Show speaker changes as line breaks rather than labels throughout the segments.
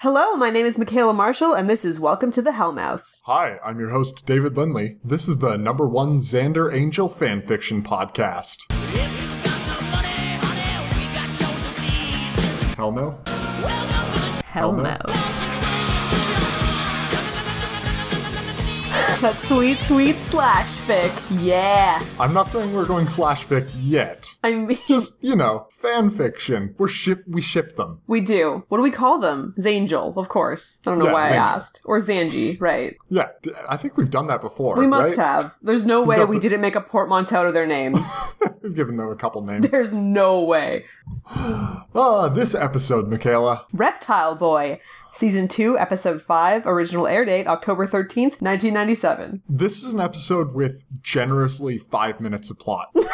Hello, my name is Michaela Marshall, and this is Welcome to the Hellmouth.
Hi, I'm your host, David Lindley. This is the number one Xander Angel fanfiction podcast.
If you got the money, honey, we got your disease.
Hellmouth?
Welcome to the
Hellmouth. That's sweet, sweet slash fic. Yeah.
I'm not saying we're going slash fic yet.
I mean,
Just, you know, fanfiction. We're ship, we ship them.
we do. What do we call them? Zangel, of course. I don't know
Yeah,
why I
Zangel.
asked. Or Zanji, right.
Yeah, d- I think we've done that before.
We must
right?
have. There's no way
got
we
the-
didn't make a portmanteau to their names.
We've given them a couple names.
There's no way.
Ah, this episode, Michaela.
Reptile Boy, Season 2, Episode 5, original air date October 13th, 1997.
This is an episode with generously five minutes of plot.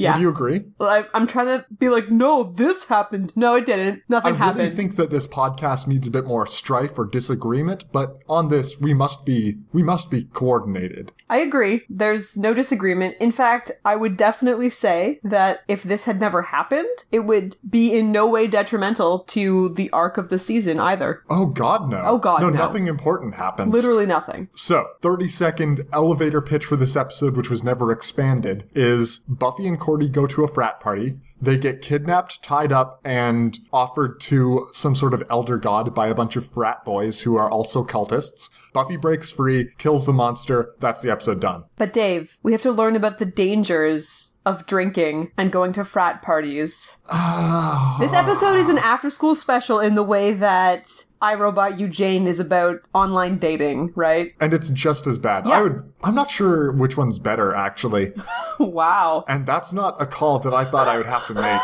Yeah.
Would you agree?
I, I'm trying to be like, no, this happened. No, it didn't. Nothing
I
happened.
really think that this podcast needs a bit more strife or disagreement, but on this we must be we must be coordinated.
I agree. There's no disagreement. In fact, I would definitely say that if this had never happened, it would be in no way detrimental to the arc of the season either.
Oh god no.
Oh, God, no.
nothing important happens.
Literally nothing.
So, 30 second elevator pitch for this episode, which was never expanded, is Buffy and Cordy go to a frat party. They get kidnapped, tied up, and offered to some sort of elder god by a bunch of frat boys who are also cultists. Buffy breaks free, kills the monster. That's the episode done.
But Dave, we have to learn about the dangers of drinking and going to frat parties. Ah. This
Ah.
episode is an after school special in the way that iRobot Eugene is about online dating, right?
and it's just as bad.
Yeah.
I would. I'm not sure which one's better actually,
wow.
and that's not a call that I thought I would have to make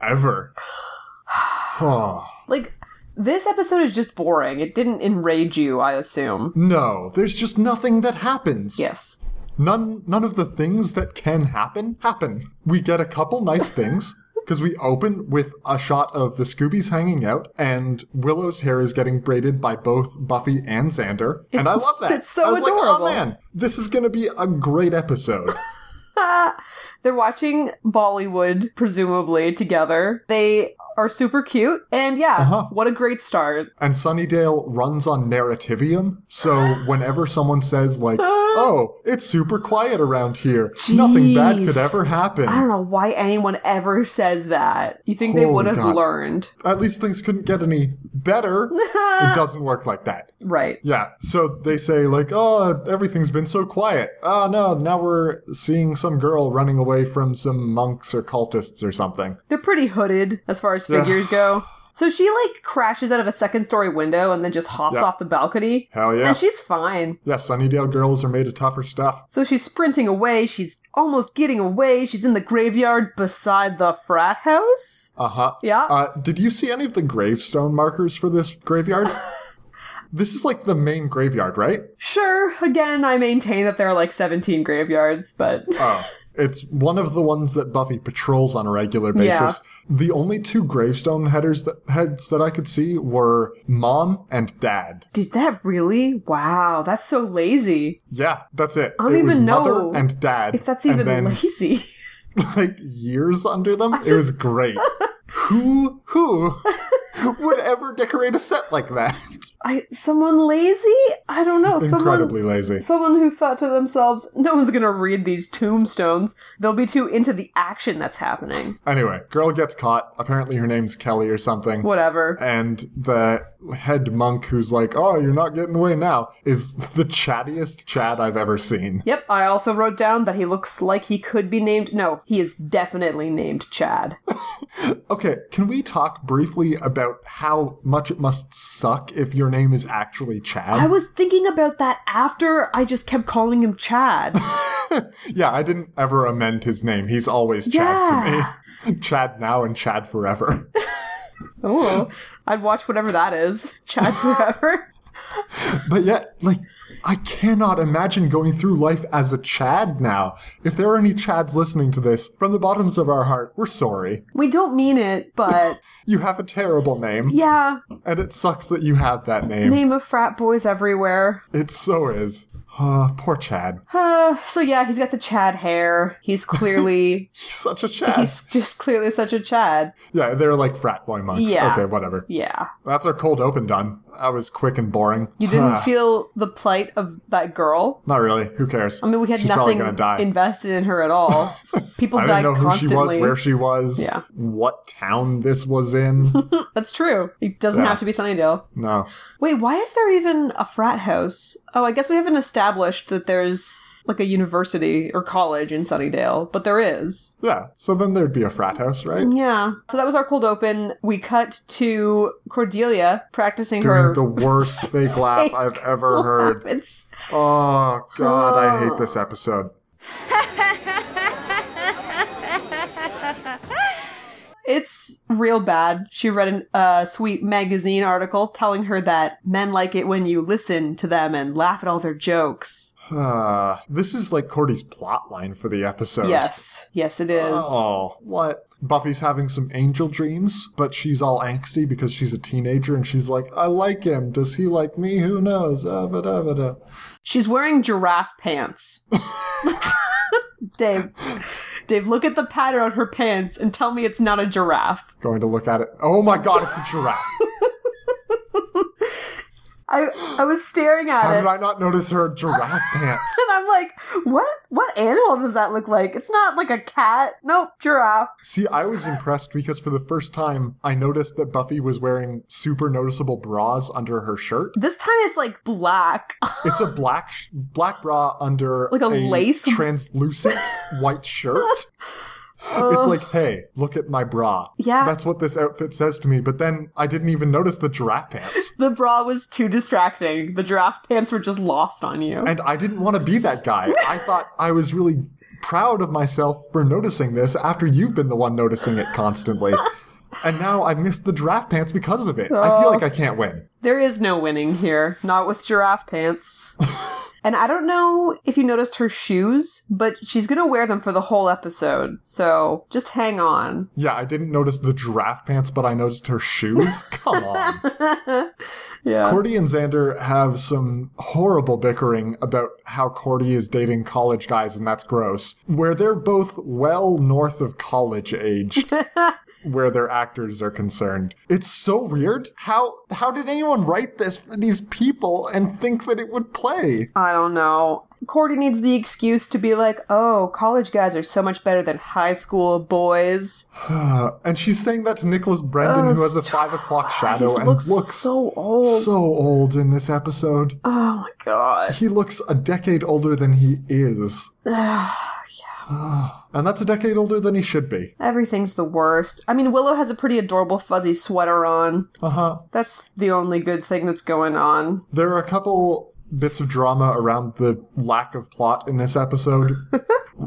ever. Oh,
Like, this episode is just boring. It didn't enrage you, I assume.
no, there's just nothing that happens.
Yes.
None none of the things that can happen happen. We get a couple nice things because we open with a shot of the Scoobies hanging out and Willow's hair is getting braided by both Buffy and Xander, and I love that.
It's so
I was like,
adorable.
oh man, this is going to be a great episode.
They're watching Bollywood, presumably, together. They are super cute. And yeah,
Uh-huh.
what a great start.
And Sunnydale runs on narrativium, so whenever someone says like, "Oh, it's super quiet around here. Nothing bad could
Jeez.
ever happen."
I don't know why anyone ever says that. You think they
Holy
would have
God.
learned.
At least things couldn't get any better. it doesn't work like that.
Right.
Yeah. So they say like, "Oh, everything's been so quiet. Oh no, now we're seeing some girl running away from some monks or cultists or something."
They're pretty hooded as far as figures go. So she like crashes out of a second story window and then just hops
Yeah.
off the balcony.
Hell yeah.
And she's fine.
yeah, Sunnydale girls are made of tougher stuff.
So she's sprinting away. She's almost getting away. She's in the graveyard beside the frat house.
Uh-huh.
Yeah.
Uh, did you see any of the gravestone markers for this graveyard? this is like the main graveyard, right?
Sure, again, I maintain that there are like 17 graveyards, but
Oh. It's one of the ones that Buffy patrols on a regular basis. The only two gravestone headers that heads that I could see were mom and dad.
did that really? Wow, that's so lazy.
Yeah, that's it.
I don't
It was
even know
mother and dad.
If that's even
and then,
lazy.
like years under them, it was great. who who would ever decorate a set like that?
I someone lazy? I don't know. Someone
Incredibly lazy.
someone who thought to themselves, no one's going to read these tombstones. They'll be too into the action that's happening.
Anyway, girl gets caught. Apparently, her name's Kelly or something.
Whatever.
And the head monk who's like, "Oh, you're not getting away now," is the chattiest chat I've ever seen.
Yep, I also wrote down that he looks like he could be named No, he is definitely named Chad.
Okay, can we talk briefly about how much it must suck if your name is actually
I
Chad?
was thinking about that after I just kept calling him Chad.
yeah, I didn't ever amend his name. He's always
Yeah.
Chad to me. Chad now and Chad forever.
Oh, I'd watch whatever that is. Chad Forever.
But yet, like, I cannot imagine going through life as a Chad now. If there are any Chads listening to this, from the bottoms of our heart, we're sorry.
we don't mean it, but
You have a terrible name,
yeah,
and it sucks that you have that name.
name of frat boys everywhere.
It so is. Uh, poor Chad.
Uh, so yeah, he's got the Chad hair. He's clearly
He's such a Chad.
he's just clearly such a Chad.
Yeah, they're like frat boy monks.
Yeah.
Okay, whatever.
Yeah.
That's our cold open done. That was quick and boring.
You didn't
Huh.
feel the plight of that girl.
Not really. Who cares?
I mean, we had
She's probably
nothing
gonna die.
invested in her at all. People
I
died
didn't know who
constantly.
she was, where she was,
Yeah.
what town this was in.
That's true. It doesn't
Yeah.
have to be Sunnydale.
no.
Wait, why is there even a frat house? Oh, I guess we haven't established that there's like a university or college in Sunnydale, but there is.
Yeah. So then there'd be a frat house, right?
Yeah. So that was our cold open. We cut to Cordelia practicing her.
Doing the worst fake laugh I've ever heard.
It's
Oh god, I hate this
Ah.
episode.
it's real bad. She read a uh, sweet magazine article telling her that men like it when you listen to them and laugh at all their jokes.
Uh, this is like Cordy's plot line for the episode.
Yes, yes, it is.
Oh, what? Buffy's having some angel dreams, but she's all angsty because she's a teenager and she's like, I like him. Does he like me? Who knows? Ah, ba, da, ba, da.
She's wearing giraffe pants. Dave, Dave, look at the pattern on her pants and tell me it's not a giraffe.
Going to look at it. Oh my god, it's a giraffe.
I I was staring at
How
it.
did I not notice her giraffe pants?
and I'm like, what? What animal does that look like? It's not like a cat. Nope, giraffe.
See, I was impressed because for the first time, I noticed that Buffy was wearing super noticeable bras under her shirt.
This time it's like black.
It's a black sh- black bra under
Like a lace?
translucent white shirt. It's
Ugh.
like, hey, look at my bra.
Yeah.
That's what this outfit says to me. But then I didn't even notice the giraffe pants.
the bra was too distracting. The giraffe pants were just lost on you.
And I didn't want to be that guy. I thought I was really proud of myself for noticing this after you've been the one noticing it constantly. and now I missed the giraffe pants because of it. I feel
Oh.
like I can't win.
There is no winning here, not with giraffe pants. and I don't know if you noticed her shoes, but she's gonna wear them for the whole episode. So just hang on.
Yeah, I didn't notice the giraffe pants, but I noticed her shoes. Come on.
Yeah.
Cordy and Xander have some horrible bickering about how Cordy is dating college guys and that's gross, where they're both well north of college aged. Where their actors are concerned, it's so weird. How how did anyone write this for these people and think that it would play?
I don't know. Cordy needs the excuse to be like, oh, college guys are so much better than high school boys.
and she's saying that to Nicholas Brendan,
Oh,
who has a
stop.
five o'clock
He
shadow and
looks,
looks,
so old.
so old in this episode.
oh my god.
He looks a decade older than he is. Ah,
Ugh,
And that's a decade older than he should be.
Everything's the worst. I mean, Willow has a pretty adorable fuzzy sweater on.
Uh huh.
That's the only good thing that's going on.
There are a couple bits of drama around the lack of plot in this episode.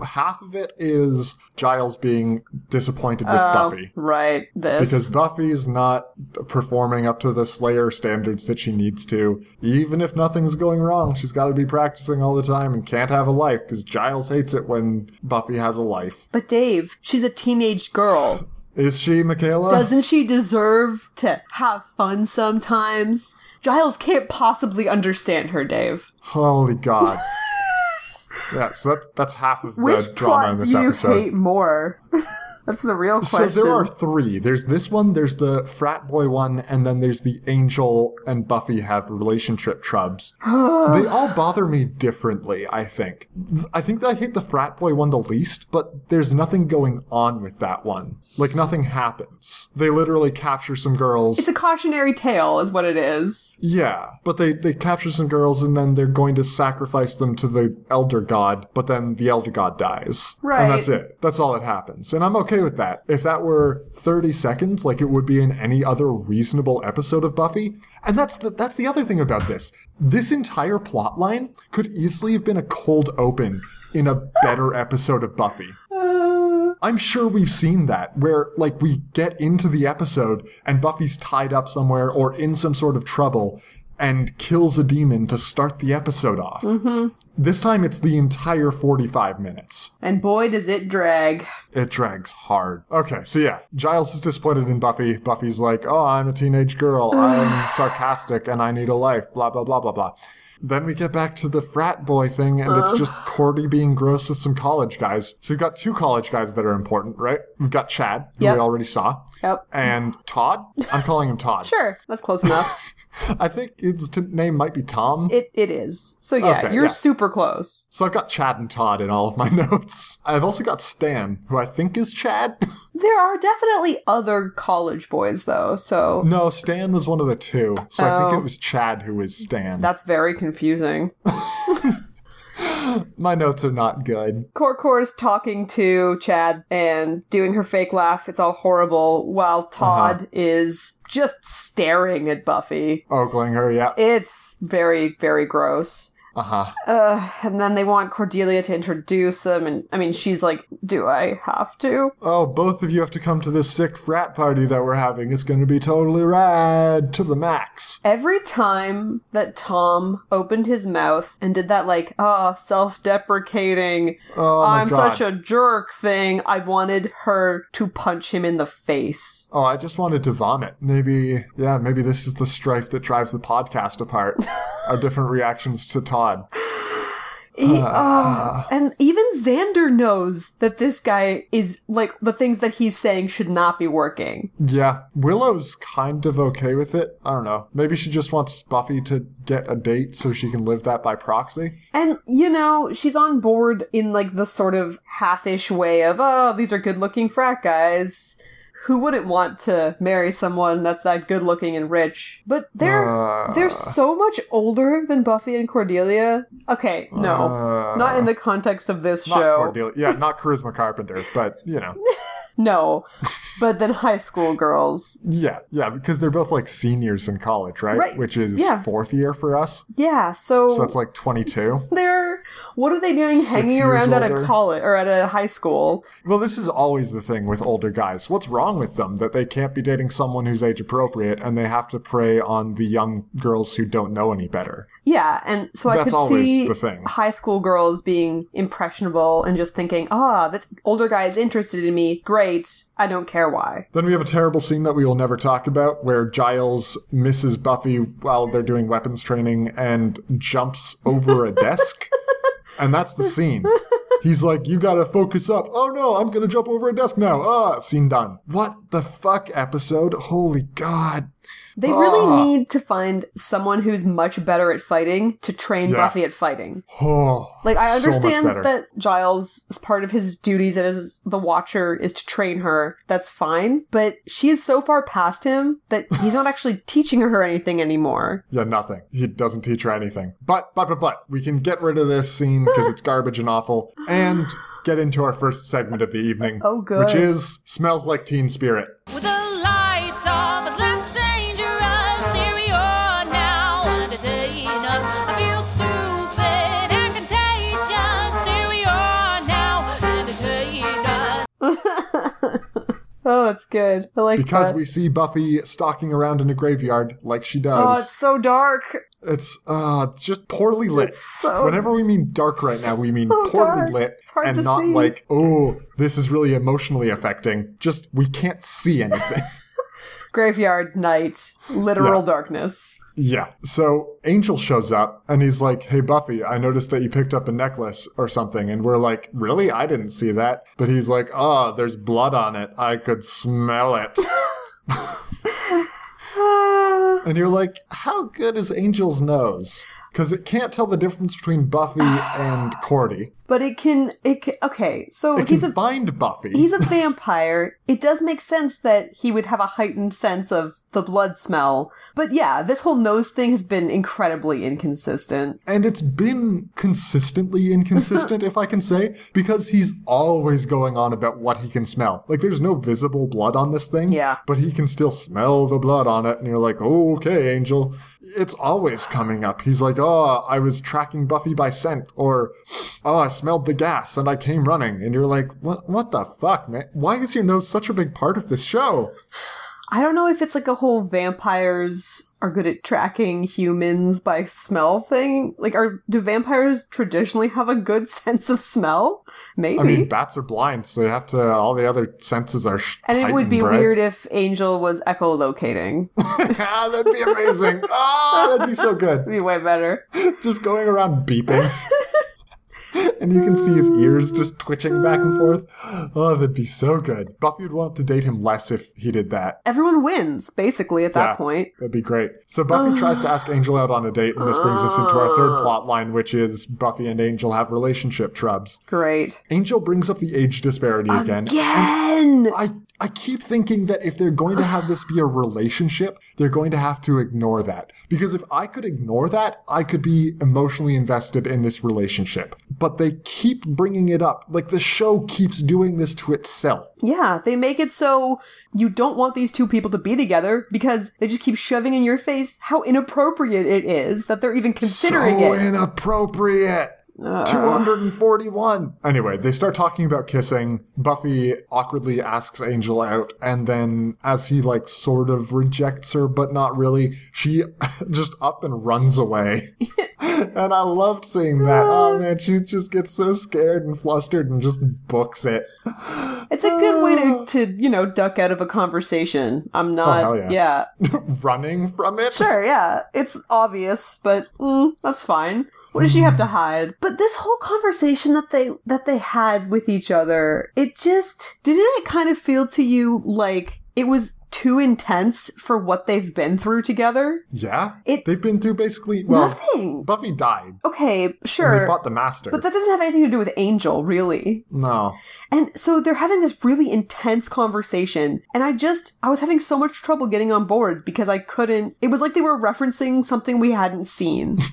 Half of it is Giles being disappointed with
Oh,
Buffy.
Right. This.
Because Buffy's not performing up to the Slayer standards that she needs to. Even if nothing's going wrong, she's got to be practicing all the time and can't have a life because Giles hates it when Buffy has a life.
but Dave, she's a teenage girl.
Is she, Michaela?
Doesn't she deserve to have fun sometimes? Giles can't possibly understand her, Dave.
Holy God. yeah, so that, that's half of the
Which
drama in
plot
this
do you
episode.
hate more? That's the real
So
question.
there are three. There's this one, there's the frat boy one, and then there's the Angel and Buffy have relationship trubs. they all bother me differently, I think. Th- I think that I hate the frat boy one the least, but there's nothing going on with that one. Like nothing happens. They literally capture some girls.
It's a cautionary tale, is what it is.
Yeah, but they they capture some girls and then they're going to sacrifice them to the elder god, but then the elder god dies.
Right.
And that's it. That's all that happens. And I'm okay with that. If that were 30 seconds like it would be in any other reasonable episode of Buffy, and that's the that's the other thing about this. This entire plot line could easily have been a cold open in a better episode of Buffy.
Uh,
I'm sure we've seen that where like we get into the episode and Buffy's tied up somewhere or in some sort of trouble and kills a demon to start the episode off. Mm-hmm. This time it's the entire 45 minutes.
and boy, does it drag.
It drags hard. Okay, so yeah, Giles is disappointed in Buffy. Buffy's like, "Oh, I'm a teenage girl. I'm sarcastic and I need a life." Blah blah blah blah blah. Then we get back to the frat boy thing, and
Uh.
it's just Cordy being gross with some college guys. So we've got two college guys that are important, right? We've got Chad, who
Yep.
we already saw,
Yep.
and Todd. I'm calling him Todd.
Sure, that's close enough.
I think his t- name might be Tom.
it it is. So yeah,
Okay,
you're
yeah.
super close.
so I've got Chad and Todd in all of my notes. I've also got Stan, who I think is Chad.
There are definitely other college boys though, so
no, Stan was one of the two. So I
Oh.
think it was Chad who is Stan.
that's very confusing.
my notes are not good.
Corcor is talking to Chad and doing her fake laugh. It's all horrible. While Todd
Uh-huh.
is just staring at Buffy.
Ogling her, yeah.
It's very, very gross.
Uh huh.
Uh, and then they want Cordelia to introduce them, and I mean, she's like, "Do I have to?"
Oh, both of you have to come to this sick frat party that we're having. It's going to be totally rad to the max.
Every time that Tom opened his mouth and did that, like, ah, self-deprecating,
Oh my
I'm
god.
such a jerk thing, I wanted her to punch him in the face.
Oh, I just wanted to vomit. Maybe, yeah, maybe this is the strife that drives the podcast apart. Our different reactions to Todd.
He-
Uh,
ah. and even Xander knows that this guy is like the things that he's saying should not be working.
Yeah, Willow's kind of okay with it. I don't know. Maybe she just wants Buffy to get a date so she can live that by proxy.
And, you know, she's on board in like the sort of half ish way of, oh, these are good looking frat guys. Who wouldn't want to marry someone that's that good looking and rich? But they're
Uh.
they're so much older than Buffy and Cordelia. Okay, no.
Uh,
not in the context of this
not
show.
Cordelia. Yeah, not Charisma Carpenter, but you know.
no. but then high school girls.
Yeah, yeah, because they're both like seniors in college, right?
Right,
Which is
yeah.
fourth year for us.
Yeah, so,
So that's like 22.
they're what are they doing
Six
hanging
years
around at a
older.
college or at a high school?
well, this is always the thing with older guys. What's wrong with them that they can't be dating someone who's age appropriate and they have to prey on the young girls who don't know any better?
Yeah, and so I
That's
could
always
see
the thing.
high school girls being impressionable and just thinking, ah, this older guy is interested in me. Great. I don't care why.
Then we have a terrible scene that we will never talk about where Giles misses Buffy while they're doing weapons training and jumps over a desk. And that's the scene. He's like, You gotta focus up. Oh no, I'm gonna jump over a desk now. Ah, scene done. What the fuck episode? Holy god.
They really
Ah.
need to find someone who's much better at fighting to train
Yeah.
Buffy at fighting.
Oh,
Like I
so much
understand
better.
that Giles part of his duties as the watcher is to train her. That's fine, but she is so far past him that he's not actually teaching her anything anymore.
Yeah, nothing. He doesn't teach her anything. But, but, but, but, we can get rid of this scene because it's garbage and awful and get into our first segment of the evening.
Oh, good.
Which is Smells Like Teen Spirit.
With the lights off, it's less dangerous. Here we are now, entertain us. I feel stupid and contagious. Here we are now, entertain us.
Oh, that's good. I like
Because
that.
we see Buffy stalking around in a graveyard like she
Oh, it's
does.
so dark.
it's, uh just poorly lit.
so-
Whenever we mean dark right now, we mean
so
poorly
dark.
lit
It's hard
and
to
not
see.
like, oh, this is really emotionally affecting. Just we can't see anything.
graveyard night, literal
Yeah.
darkness.
Yeah. So Angel shows up and he's like, Hey, Buffy, I noticed that you picked up a necklace or something. And we're like, Really? I didn't see that. But he's like, Oh, there's blood on it. I could smell it.
Uh,
and you're like, How good is Angel's nose? Because it can't tell the difference between Buffy and Cordy.
But it can, it can, okay. So
It
Oh, he's
can
a
find Buffy.
he's a vampire. It does make sense that he would have a heightened sense of the blood smell. But yeah, this whole nose thing has been incredibly inconsistent.
And it's been consistently inconsistent, if I can say, because he's always going on about what he can smell. Like, there's no visible blood on this thing,
Yeah.
but he can still smell the blood on it. And you're like, oh, okay, Angel. It's always coming up. He's like, oh, I was tracking Buffy by scent, or oh, I smelled the gas and I came running. And you're like, what, what the fuck, man? Why is your nose such a big part of this show?
I don't know if it's like a whole vampires are good at tracking humans by smell thing? Like, are do vampires traditionally have a good sense of smell? Maybe.
I mean, bats are blind, so they have to. All the other senses are. sh-
and it would be
heightened, right?
weird if Angel was echolocating. It'd
ah, that'd be amazing. ah, that'd be so good.
be way better.
Just going around beeping. and you can see his ears just twitching back and forth. Oh, that'd be so good. Buffy would want to date him less if he did that.
Everyone wins, basically, at that
Yeah.
point.
That'd be great. So Buffy tries to ask Angel out on a date, and this brings us into our third plot line, which is Buffy and Angel have relationship trubs.
Great.
Angel brings up the age disparity again.
Again!
I, I keep thinking that if they're going to have this be a relationship, they're going to have to ignore that. Because if I could ignore that, I could be emotionally invested in this relationship. But they keep bringing it up. Like the show keeps doing this to itself.
Yeah, they make it so you don't want these two people to be together because they just keep shoving in your face how inappropriate it is that they're even considering
so
it.
inappropriate. 241. Anyway, they start talking about kissing. Buffy awkwardly asks Angel out, and then as he like sort of rejects her, but not really, she just up and runs away. and I loved seeing that. Oh man, she just gets so scared and flustered and just books it.
It's a good way to, to, you know, duck out of a conversation. I'm not.
Uh. Oh, hell
yeah.
yeah. Running from it.
Sure, yeah. It's obvious, but mm, that's fine. What does she have
Mm.
to hide? But this whole conversation that they that they had with each other, it just didn't it kind of feel to you like it was too intense for what they've been through together?
Yeah.
It-
They've been through basically well
Nothing.
Buffy died.
Okay,
and They
sure.
fought the master.
But that doesn't have anything to do with Angel, really.
no.
And so they're having this really intense conversation. And I just, I was having so much trouble getting on board because I couldn't, it was like they were referencing something we hadn't seen.
Yep.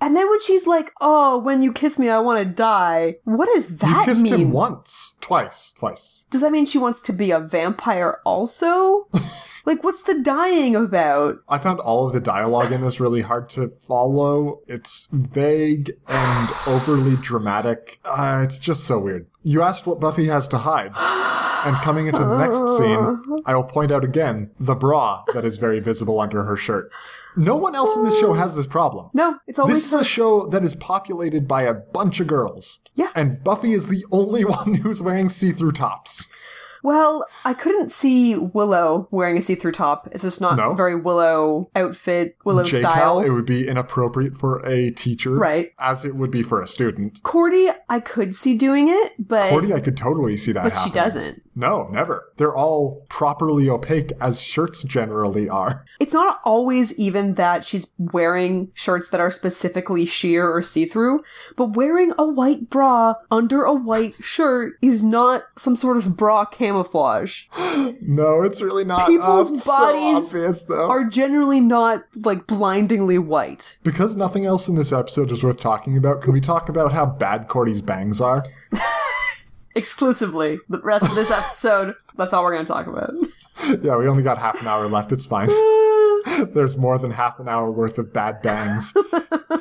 And then when she's like, oh, when you kiss me, I want to die. What does that
you kissed
mean?
him once. Twice. Twice.
Does that mean she wants to be a vampire also? like, what's the dying about?
I found all of the dialogue in this really hard to follow. It's vague and overly dramatic. Uh, it's just so weird. You asked what Buffy has to hide. And coming into the next scene, I will point out again the bra that is very visible under her shirt. No one else in this show has this problem.
No, it's always
This is a show that is populated by a bunch of girls.
Yeah.
And Buffy is the only one who's wearing see through tops.
Well, I couldn't see Willow wearing a see-through top. It's just not
No.
very Willow outfit, Willow style.
J-Cal, it would be inappropriate for a teacher,
Right.
as it would be for a student.
Cordy, I could see doing it, but
Cordy, I could totally see that
but she
happening.
doesn't.
No, never. They're all properly opaque as shirts generally are.
It's not always even that she's wearing shirts that are specifically sheer or see-through, but wearing a white bra under a white shirt is not some sort of bra camouflage.
No, it's really not.
People's
Oh, it's
bodies
so obvious, though.
Are generally not like blindingly white.
because nothing else in this episode is worth talking about, can we talk about how bad Cordy's bangs are?
Exclusively, the rest of this episode, that's all we're going to talk about.
yeah, we only got half an hour left. It's fine. There's more than half an hour worth of bad bangs.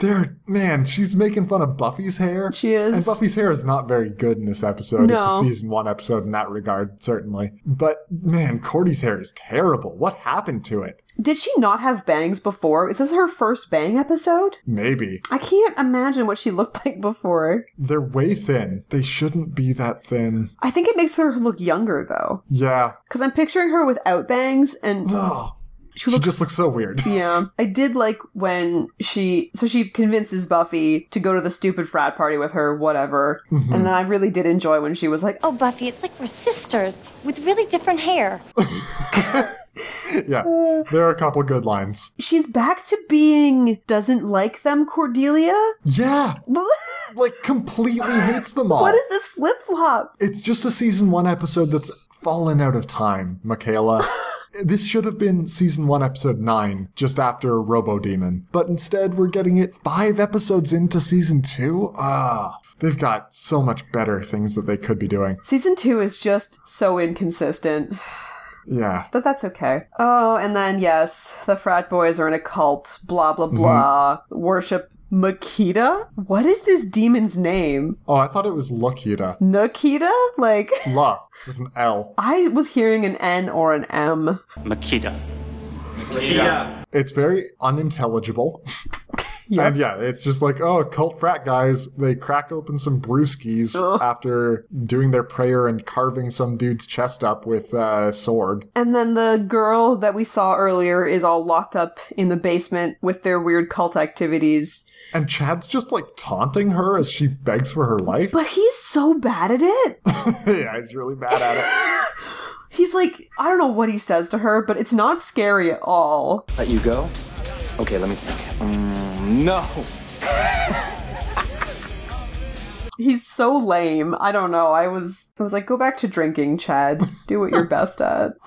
They're, man, she's making fun of Buffy's hair.
She is.
And Buffy's hair is not very good in this episode.
No.
It's a season one episode in that regard, certainly. But man, Cordy's hair is terrible. What happened to it?
Did she not have bangs before? Is this her first bang episode?
Maybe.
I can't imagine what she looked like before.
They're way thin. They shouldn't be that thin.
I think it makes her look younger though,
Yeah.
because I'm picturing her without bangs, and
Ugh.
she
She
looks.
just looks so weird.
yeah, I did like when she so she convinces Buffy to go to the stupid frat party with her, whatever.
Mm-hmm.
And then I really did enjoy when she was like,
Oh, Buffy, it's like we're sisters with really different hair.
yeah. There are a couple good lines.
She's back to being doesn't like them, Cordelia.
Yeah.
what
Like completely hates them all.
is this flip flop?
It's just a season one episode that's fallen out of time, Michaela. this should have been season one, episode nine, just after Robo Demon. But instead, we're getting it five episodes into season two. Ah, they've got so much better things that they could be doing.
Season two is just so inconsistent,
Yeah.
but that's okay. Oh, and then yes, the frat boys are in a cult. Blah blah blah. Worship Makita. What is this demon's name?
Oh, I thought it was Lakita.
Nikita? Like
La with an L.
I was hearing an N or an M.
Makita. Nikita.
It's very unintelligible.
Yeah.
And yeah, it's just like, oh, cult frat guys, they crack open some brewskis after doing their prayer and carving some dude's chest up with a sword.
And then the girl that we saw earlier is all locked up in the basement with their weird cult activities.
And Chad's just like taunting her as she begs for her life.
But he's so bad at it.
yeah, he's really bad at it.
He's like, I don't know what he says to her, but it's not scary at all.
Let you go? Okay, let me think. Mm, no!
He's so lame. I don't know. I was I was like, go back to drinking, Chad. Do what you're best at.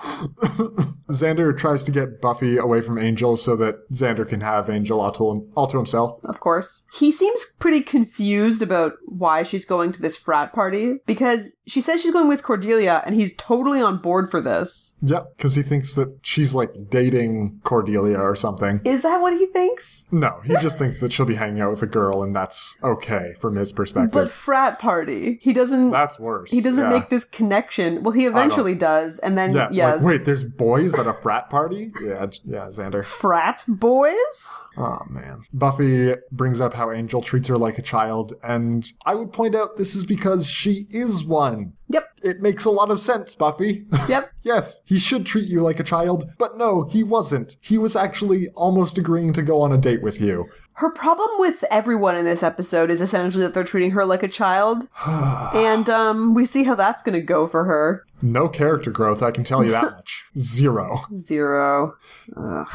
Xander tries to get Buffy away from Angel so that Xander can have Angel all to, all to himself.
Of course. He seems pretty confused about why she's going to this frat party because she says she's going with Cordelia and he's totally on board for this.
Yep, because he thinks that she's like dating Cordelia or something.
Is that what he thinks?
No, he just thinks that she'll be hanging out with a girl and that's okay from his perspective.
But frat party. He doesn't
that's worse.
he doesn't
yeah.
make this connection. Well, he eventually does and then
Yeah,
yes.
like, wait, there's boys at a frat party? Yeah, j- yeah, Xander.
frat boys?
Oh, man. Buffy brings up how Angel treats her like a child, and I would point out this is because she is one.
Yep.
It makes a lot of sense, Buffy.
Yep.
yes, he should treat you like a child, but no, he wasn't. He was actually almost agreeing to go on a date with you.
Her problem with everyone in this episode is essentially that they're treating her like a child. and um we see how that's going to go for her.
No character growth, I can tell you that much. Zero.
Zero.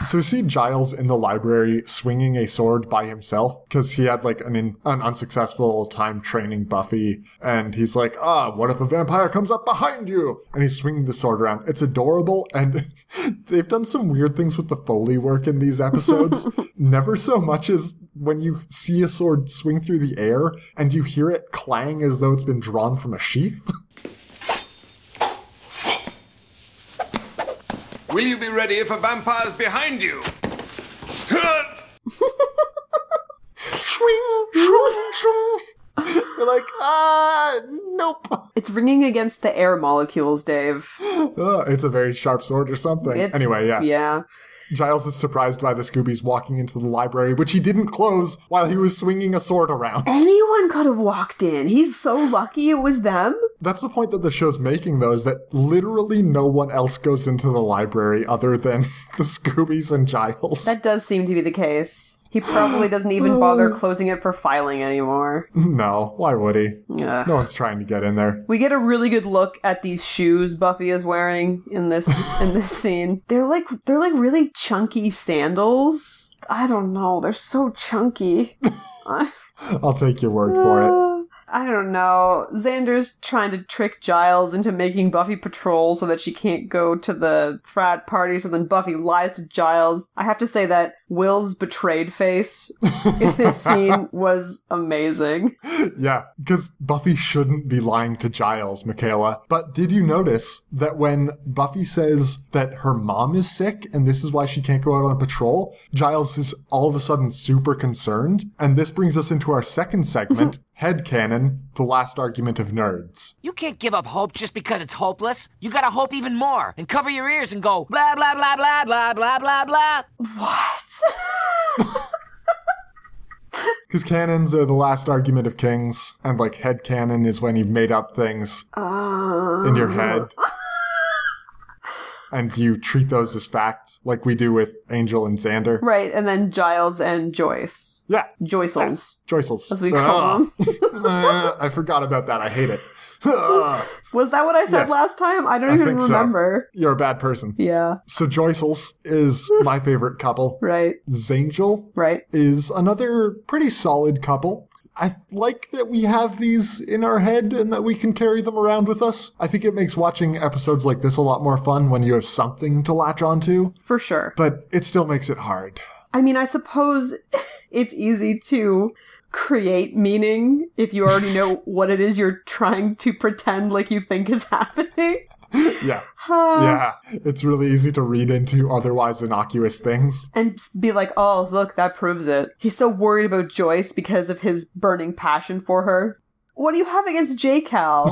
So we see Giles in the library swinging a sword by himself because he had like an, an unsuccessful time training Buffy, and he's like, "Ah, what if a vampire comes up behind you?" And he's swinging the sword around. It's adorable, and they've done some weird things with the foley work in these episodes. Never so much as when you see a sword swing through the air and you hear it clang as though it's been drawn from a sheath.
Will you be ready if a vampire's behind you?
Swing, swing, swing. You're like, ah, nope.
It's ringing against the air molecules, Dave.
Uh, it's a very sharp sword or something.
It's-
anyway, yeah.
Yeah.
Giles is surprised by the Scoobies walking into the library, which he didn't close while he was swinging a sword around.
Anyone could have walked in. He's so lucky it was them.
That's the point that the show's making, though, is that literally no one else goes into the library other than the Scoobies and Giles.
That does seem to be the case. He probably doesn't even bother closing it for filing anymore.
no, why would he?
Yeah.
No one's trying to get in there.
We get a really good look at these shoes Buffy is wearing in this in this scene. They're like they're like really chunky sandals. I don't know. They're so chunky.
I'll take your word for it.
I don't know. Xander's trying to trick Giles into making Buffy patrol so that she can't go to the frat party, so then Buffy lies to Giles. I have to say that Will's betrayed face in this scene was amazing.
Yeah, because Buffy shouldn't be lying to Giles, Michaela. But did you notice that when Buffy says that her mom is sick and this is why she can't go out on patrol, Giles is all of a sudden super concerned? And this brings us into our second segment, Headcanon, the last argument of nerds.
You can't give up hope just because it's hopeless. You gotta hope even more and cover your ears and go blah blah blah blah blah blah blah blah.
What?
Because canons are the last argument of kings, and like headcanon is when you've made up things in your head. And you treat those as fact, like we do with Angel and Xander.
right, and then Giles and Joyce.
Yeah,
Joycels,
Joycels.
as we call
Ugh.
them.
Uh, I forgot about that. I hate it. Ugh.
Was that what I said
Yes.
last time? I don't
I
even
think so.
remember.
You're a bad person.
Yeah,
So Joycels is my favorite couple.
right,
Zangel
right.
is another pretty solid couple. I like that we have these in our head and that we can carry them around with us. I think it makes watching episodes like this a lot more fun when you have something to latch onto,
For sure.
but it still makes it hard.
I mean, I suppose it's easy to create meaning if you already know what it is you're trying to pretend like you think is happening.
Yeah. yeah. It's really easy to read into otherwise innocuous things.
And be like, oh, look, that proves it. He's so worried about Joyce because of his burning passion for her. What do you have against J Cal?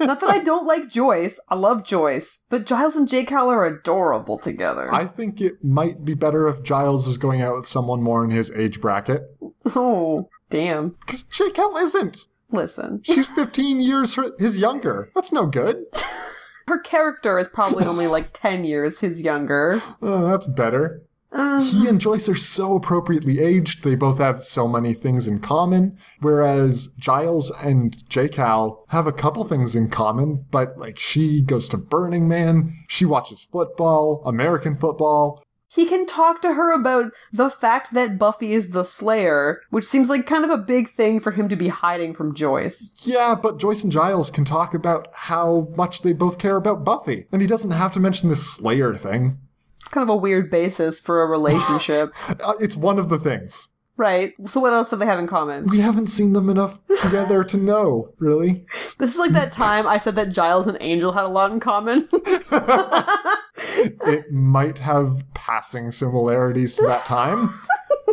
Not that I don't like Joyce. I love Joyce. But Giles and J Cal are adorable together.
I think it might be better if Giles was going out with someone more in his age bracket.
oh, damn.
Because J.Cal isn't.
Listen.
She's 15 years her- his younger. That's no good.
Her character is probably only like 10 years his younger.
Oh, that's better. he and Joyce are so appropriately aged. They both have so many things in common. Whereas Giles and J.Cal have a couple things in common, but like she goes to Burning Man, she watches football, American football.
He can talk to her about the fact that Buffy is the Slayer, which seems like kind of a big thing for him to be hiding from Joyce.
Yeah, but Joyce and Giles can talk about how much they both care about Buffy. And he doesn't have to mention this Slayer thing.
It's kind of a weird basis for a relationship.
Uh, it's one of the things.
right. So, what else do they have in common?
We haven't seen them enough together to know, really.
This is like that time I said that Giles and Angel had a lot in common.
it might have passing similarities to that time,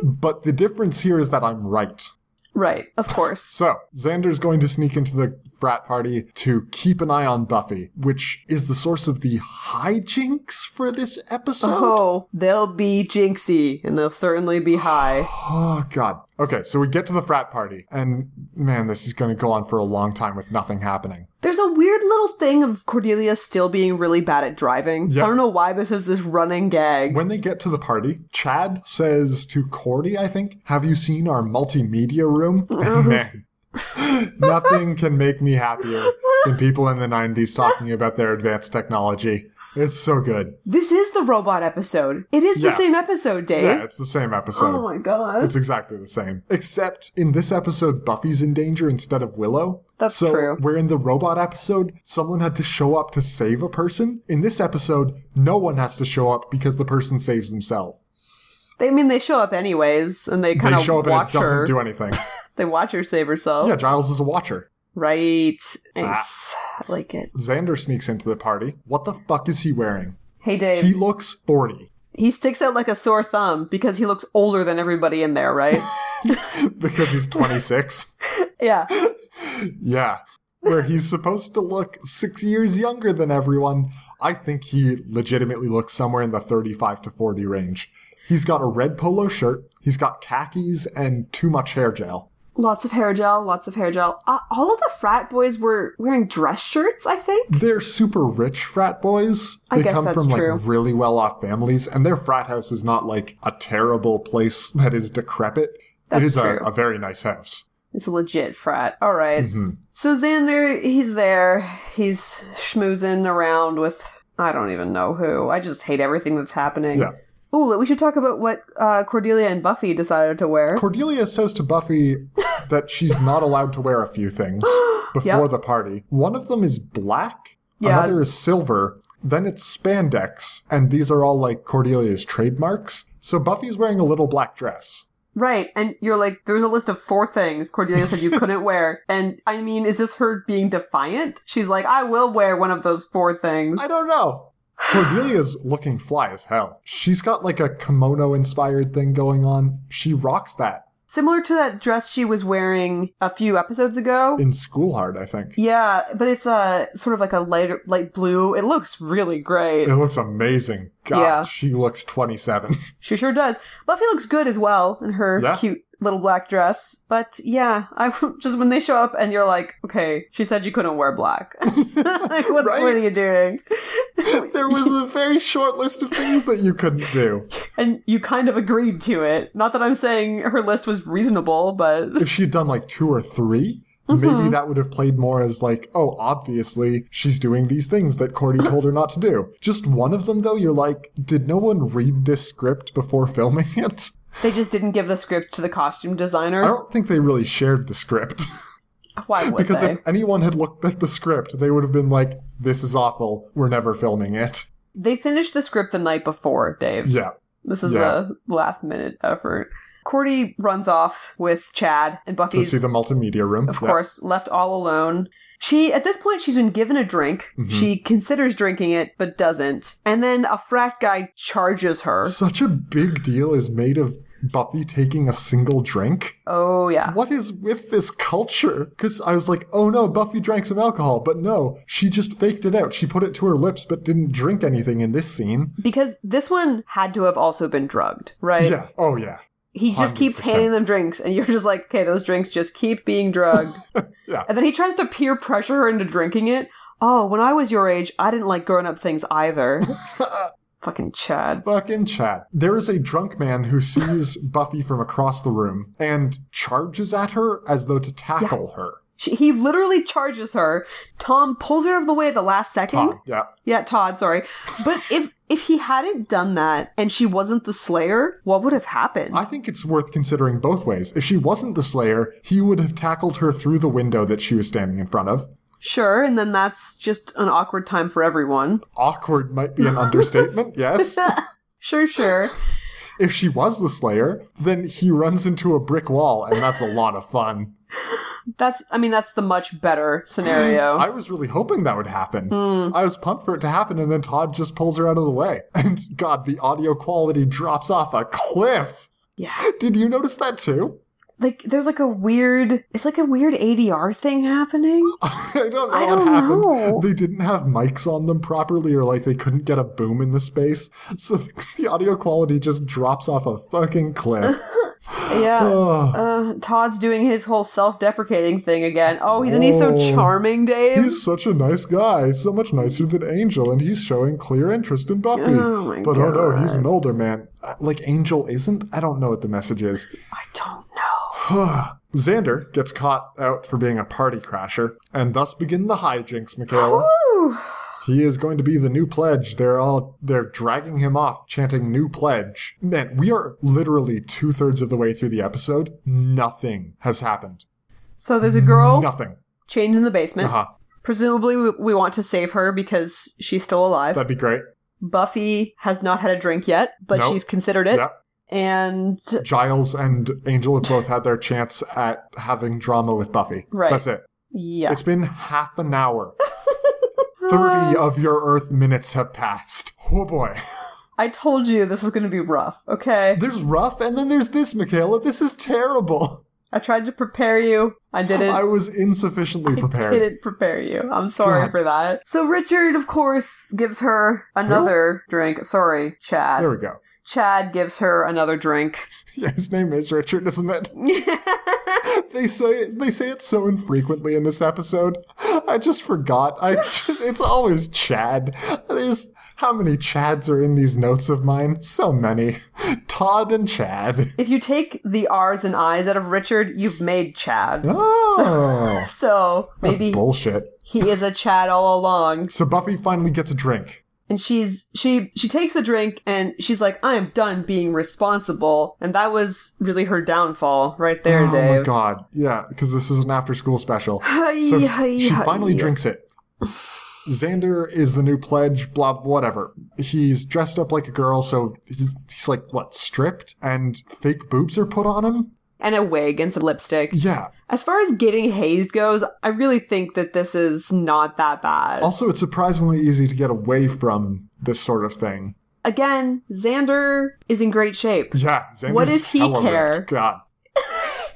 but the difference here is that I'm right.
right, of course.
So, Xander's going to sneak into the frat party to keep an eye on Buffy, which is the source of the hijinks for this episode.
Oh, they'll be jinxy, and they'll certainly be high.
Oh, God. Okay, so we get to the frat party, and man, this is going to go on for a long time with nothing happening.
There's a weird little thing of Cordelia still being really bad at driving.
Yeah.
I don't know why this is this running gag.
When they get to the party, Chad says to Cordy, I think, Have you seen our multimedia room? And man, nothing can make me happier than people in the 90s talking about their advanced technology. It's so good.
This is the robot episode. It is
Yeah.
the same episode, Dave.
Yeah, it's the same episode.
oh my god.
It's exactly the same. Except in this episode, Buffy's in danger instead of Willow.
That's
so
true.
Where in the robot episode, someone had to show up to save a person. In this episode, no one has to show up because the person saves themselves.
They I mean they show up anyways and they
They
kind of
show up and it
watch
doesn't
her.
do anything.
they watch her save herself.
Yeah, Ah. Giles is a watcher.
Right. Nice. I like it.
Xander sneaks into the party. What the fuck is he wearing?
Hey Dave.
He
He,
looks 40
sticks out like a sore thumb because he looks older than everybody in there, right?
because he's 26.
yeah.
yeah. Where he's supposed to look six years younger than everyone. I think he legitimately looks somewhere in the 35 to 40 range. He's got a red polo shirt, he's got khakis, and too much hair gel.
Lots of hair gel, lots of hair gel. Uh, all of the frat boys were wearing dress shirts, I think.
They're super rich frat boys.
I
They
guess
come
that's
from
true.
like really well off families, and their frat house is not like a terrible place that is decrepit.
That's
it is a,
true.
a very nice house.
It's a legit frat. All right.
Mm-hmm.
So Xander, he's there. He's schmoozing around with I don't even know who. I just hate everything that's happening.
Yeah.
Ooh, we should talk about what uh, Cordelia and Buffy decided to wear.
Cordelia says to Buffy that she's not allowed to wear a few things before
Yep.
the party. One of them is black,
Yeah.
another is silver, then it's spandex, and these are all like Cordelia's trademarks. So Buffy's wearing a little black dress.
right. And you're like, there was a list of four things Cordelia said you couldn't wear. And I mean, is this her being defiant? She's like, I will wear one of those four things.
I don't know. Cordelia's looking fly as hell. She's got like a kimono inspired thing going on. She rocks that
Similar to that dress she was wearing a few episodes ago.
in Schoolhard, I think.
yeah, but it's a sort of like a light light blue. It looks really great.
It looks amazing. God,
Yeah.
she looks 27.
She sure does. Buffy looks good as well in her
Yeah.
cute little black dress. But yeah, I just when they show up and you're like, okay, she said you couldn't wear black. like, what,
Right?
what are you doing?
there was a very short list of things that you couldn't do.
And you kind of agreed to it. Not that I'm saying her list was reasonable, but
if she had done like two or 3
Mm-hmm.
maybe that would have played more as like, oh, obviously she's doing these things that Cordy told her not to do. Just one of them, though, you're like, did no one read this script before filming it?
they just didn't give the script to the costume
I
designer.
don't think they really shared the script.
Why would
because
they?
if anyone had looked at the script, they would have been like, this is awful. We're never filming it.
They finished the script the night before, Dave.
Yeah.
This is
Yeah.
a last minute effort. Cordy runs off with Chad, and
To
Buffy's
see the multimedia room.
of
Yeah.
course, left all alone. She, at this point, she's been given a drink.
Mm-hmm.
She considers drinking it, but doesn't. And then a frat guy charges her.
Such a big deal is made of Buffy taking a single drink.
Oh, yeah.
What is with this culture? Because I was like, oh no, Buffy drank some alcohol, but no, she just faked it out. She put it to her lips, but didn't drink anything in this scene.
Because this one had to have also been drugged, right?
Yeah. Oh yeah.
He just keeps
100%.
handing them drinks, and you're just like, okay, those drinks just keep being drugged.
Yeah.
And then he tries to peer pressure her into drinking it. Oh, when I was your age, I didn't like grown up things either. Fucking Chad.
Fucking chat. There is a drunk man who sees Buffy from across the room and charges at her as though to tackle her.
She, he literally charges her. Tom pulls her out of the way at the last second.
Tom, yeah.
Yeah, Todd, sorry. But if if he hadn't done that and she wasn't the slayer, what would have happened?
I think it's worth considering both ways. If she wasn't the Slayer, he would have tackled her through the window that she was standing in front of.
sure, and then that's just an awkward time for everyone.
Awkward might be an understatement, yes.
Sure, sure.
If she was the Slayer, then he runs into a brick wall, and that's a lot of fun.
That's I mean that's the much better scenario.
I was really hoping that would happen.
Hmm.
I was pumped for it to happen, and then Todd just pulls her out of the way. And God, the audio quality drops off a cliff.
yeah.
Did you notice that too?
Like there's like a weird it's like a weird ADR thing happening.
I don't know
I
what
don't
happened.
know.
They didn't have mics on them properly, or like they couldn't get a boom in the space, so the audio quality just drops off a fucking cliff.
Yeah.
Ugh.
Uh, Todd's doing his whole self-deprecating thing again. Oh, he's and he's so
Whoa.
charming, Dave.
He's such a nice guy, so much nicer than Angel, and he's showing clear interest in Buffy.
Oh my
but oh no, he's
God.
an older man. Uh, Like Angel isn't? I don't know what the message is.
I don't know.
Xander gets caught out for being a party crasher, and thus begin the hijinks, Michaela.
Whew.
He is going to be the new pledge. They're all they're dragging him off, chanting new pledge. Man, we are literally two thirds of the way through the episode. Nothing has happened.
So there's a girl
Nothing.
chained in the basement.
Uh-huh.
Presumably, we, we want to save her because she's still alive.
That'd be great.
Buffy has not had a drink yet, but
Nope.
she's considered it.
Yeah.
And
Giles and Angel have both had their chance at having drama with Buffy.
Right.
That's it.
yeah,
It's been half an hour. 30
Uh.
of your Earth minutes have passed. Oh boy.
I told you this was going to be rough. Okay,
There's rough, and then there's this, Michaela. This is terrible.
I tried to prepare you. I didn't.
I was insufficiently prepared.
Didn't prepare you. I'm sorry
God.
for that. So Richard, of course, gives her another drink. Sorry, Chad.
There we go.
Chad gives her another drink.
Yeah, his name is Richard, isn't it? they say they say it so infrequently in this episode. I just forgot. I just, it's always Chad. There's how many Chads are in these notes of mine? So many. Todd and Chad.
If you take the R's and I's out of Richard, you've made Chad.
Oh,
So
that's
maybe
bullshit.
he is a Chad all along.
So Buffy finally gets a drink.
And she's she she takes the drink and she's like, I am done being responsible. And that was really her downfall right there,
oh
Dave.
my god. Yeah, because this is an after school special.
Hi,
So
hi,
she
hi.
finally drinks it. Xander is the new pledge, blah, whatever. He's dressed up like a girl, so he's, he's like, what, stripped? And fake boobs are put on him?
And a wig and some lipstick.
Yeah.
As far as getting hazed goes, I really think that this is not that bad.
Also, it's surprisingly easy to get away from this sort of thing.
Again, Xander is in great shape.
Yeah. Xander's
What does he
hella
care?
ripped. God.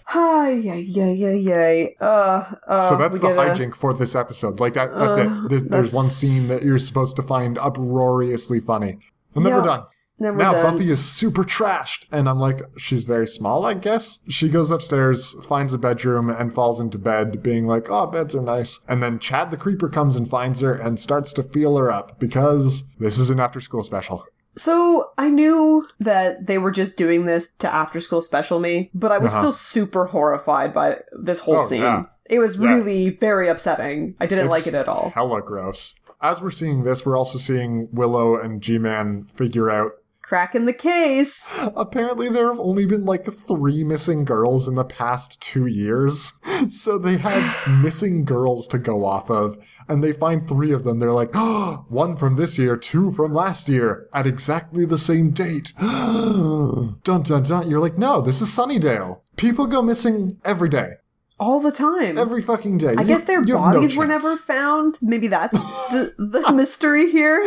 Hi, yay, yay, yay, yay. Uh, uh,
So that's
we
the
get a-
hijink for this episode. Like that. That's
Uh,
it. There's, there's one
that's-
scene that you're supposed to find uproariously funny, and then
Yeah.
we're done.
Then we're
Now
done.
Buffy is super trashed, and I'm like, she's very small, I guess. She goes upstairs, finds a bedroom, and falls into bed, being like, oh, beds are nice. And then Chad the Creeper comes and finds her and starts to feel her up because this is an after school special.
So I knew that they were just doing this to after school special me, but I was
Uh-huh.
still super horrified by this whole
Oh,
scene.
yeah.
It was
Yeah.
really very upsetting. I didn't like
It's
it at all.
Hella gross. As we're seeing this, we're also seeing Willow and G Man figure out.
Crack in the case.
Apparently, there have only been like three missing girls in the past two years. So they had missing girls to go off of, and they find three of them. They're like, oh, one from this year, two from last year, at exactly the same date. dun dun dun. You're like, no, this is Sunnydale. People go missing every day.
all the time.
Every fucking day.
I guess their bodies were never found. Maybe that's the, the mystery here.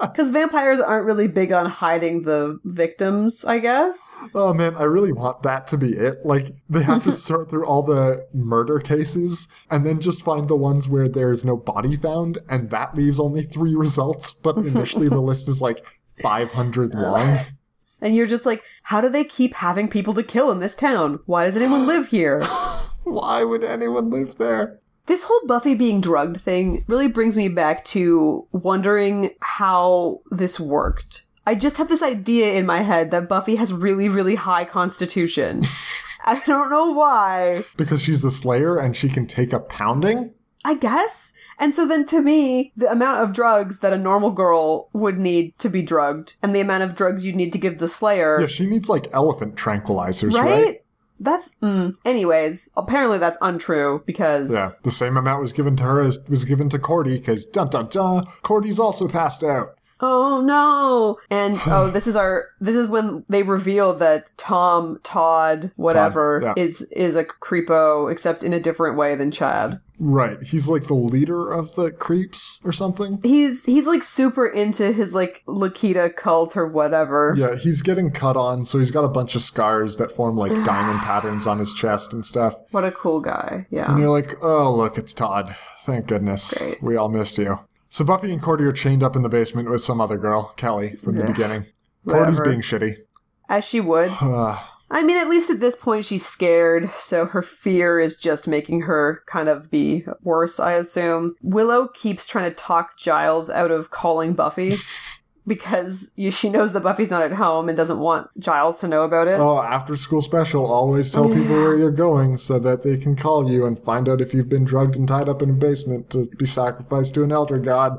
Because vampires aren't really big on hiding the victims, I guess.
Oh man, I really want that to be it. Like they have to sort through all the murder cases and then just find the ones where there is no body found, and that leaves only three results. But initially, the list is like 500 long.
And you're just like, how do they keep having people to kill in this town? Why does anyone live here?
Why would anyone live there?
This whole Buffy being drugged thing really brings me back to wondering how this worked. I just have this idea in my head that Buffy has really, really high constitution. I don't know why.
Because she's the Slayer and she can take a pounding.
I guess. And so then to me, the amount of drugs that a normal girl would need to be drugged and the amount of drugs you'd need to give the Slayer,
Yeah, she needs like elephant tranquilizers,
right?
right?
That's, mm. anyways, apparently that's untrue because
Yeah, the same amount was given to her as was given to Cordy because dun dun dun, Cordy's also passed out.
Oh no! And oh, this is our this is when they reveal that Tom Todd whatever
Todd, yeah.
is is a creepo, except in a different way than Chad.
Right, he's like the leader of the creeps or something.
He's he's like super into his like Lakita cult or whatever.
Yeah, he's getting cut on, so he's got a bunch of scars that form like diamond patterns on his chest and stuff.
What a cool guy!
And
Yeah.
you're like, oh, look, it's Todd. Thank goodness.
Great.
We all missed you. So Buffy and Cordy are chained up in the basement with some other girl, Kelly, from the
Ugh.
beginning. Cordy's
Whatever.
being shitty.
As she would. I mean, at least at this point she's scared, so her fear is just making her kind of be worse, I assume. Willow keeps trying to talk Giles out of calling Buffy because you- she knows that Buffy's not at home and doesn't want Giles to know about it.
Oh, after school special, always tell people where you're going so that they can call you and find out if you've been drugged and tied up in a basement to be sacrificed to an elder god.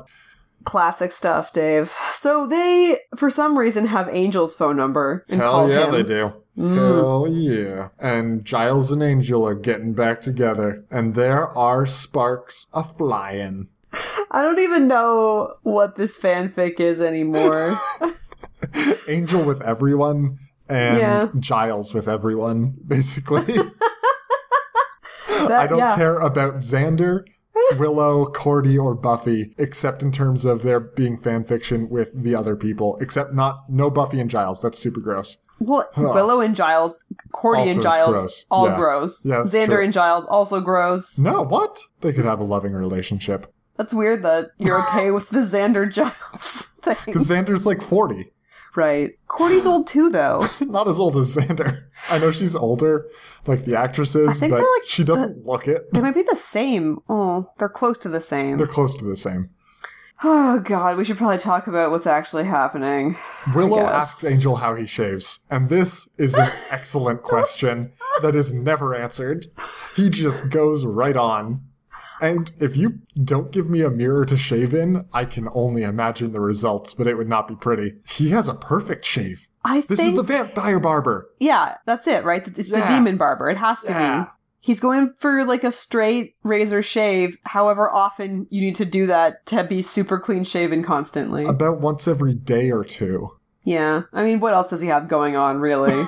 Classic stuff, Dave. So they, for some reason, have Angel's phone number and
Hell
call
yeah,
him. Mm.
they do. Hell yeah. And Giles and Angel are getting back together, and there are sparks a flying.
I don't even know what this fanfic is anymore.
Angel with everyone, and
Yeah.
Giles with everyone, basically.
That-
I don't
yeah.
care about Xander, Willow, Cordy, or Buffy, except in terms of their being fan fiction with the other people. Except not no Buffy and Giles. That's super gross.
Well, Willow and Giles, Cordy
Also
and Giles,
gross.
all
Yeah.
gross.
Yeah, that's
Xander
true.
and Giles also gross.
No, what? They could have a loving relationship
That's weird that you're okay with the Xander Giles thing,
because Xander's like forty,
right? Cordy's old too, though.
not as old as Xander. I know she's older, like the actress is,
think
but
they're like
she doesn't look it.
They might be the same. Oh, they're close to the same.
They're close to the same.
Oh God, we should probably talk about what's actually happening.
Willow
guess.
asks Angel how he shaves, and this is an excellent question that is never answered. He just goes right on. And if you don't give me a mirror to shave in, I can only imagine the results, but it would not be pretty. He has a perfect shave.
I
This
think
is the vampire barber.
yeah, that's it, right? It's the
Yeah.
demon barber. It has to
Yeah.
be. He's going for like a straight razor shave. However often you need to do that to be super clean shaven constantly.
About once every day or two.
Yeah. I mean, what else does he have going on, really?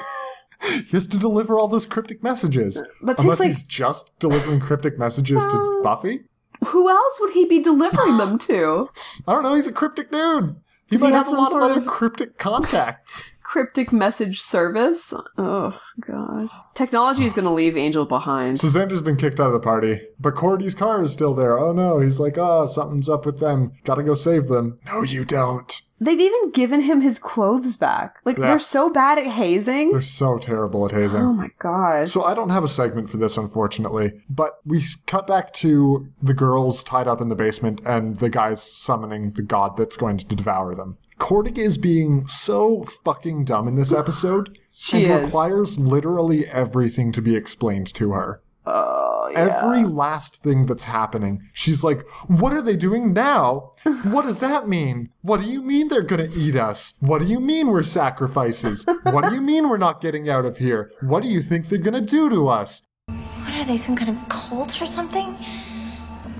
He has to deliver all those cryptic messages.
But takes,
Unless
like-
he's just delivering cryptic messages to Buffy?
Who else would he be delivering them to?
I don't know, he's a cryptic dude. He
Does he
might
have
have a
some
lot of
sort
other
of-
cryptic contacts.
Cryptic message service? Oh, God. Technology is going to leave Angel behind.
So Xander's been kicked out of the party, but Cordy's car is still there. Oh no, he's like, ah, something's up with them. Gotta go save them. No, you don't.
They've even given him his clothes back. Like,
Yeah.
they're so bad at hazing.
They're so terrible at hazing.
Oh, my God.
So I don't have a segment for this, unfortunately, but we s- cut back to the girls tied up in the basement and the guys summoning the god that's going to devour them. Cordig is being so fucking dumb in this episode.
She
and
is.
requires literally everything to be explained to her.
Oh, yeah.
every last thing that's happening. She's like, What are they doing now? What does that mean? What do you mean they're going to eat us? What do you mean we're sacrifices? What do you mean we're not getting out of here? What do you think they're going to do to us?
What are they, some kind of cult or something?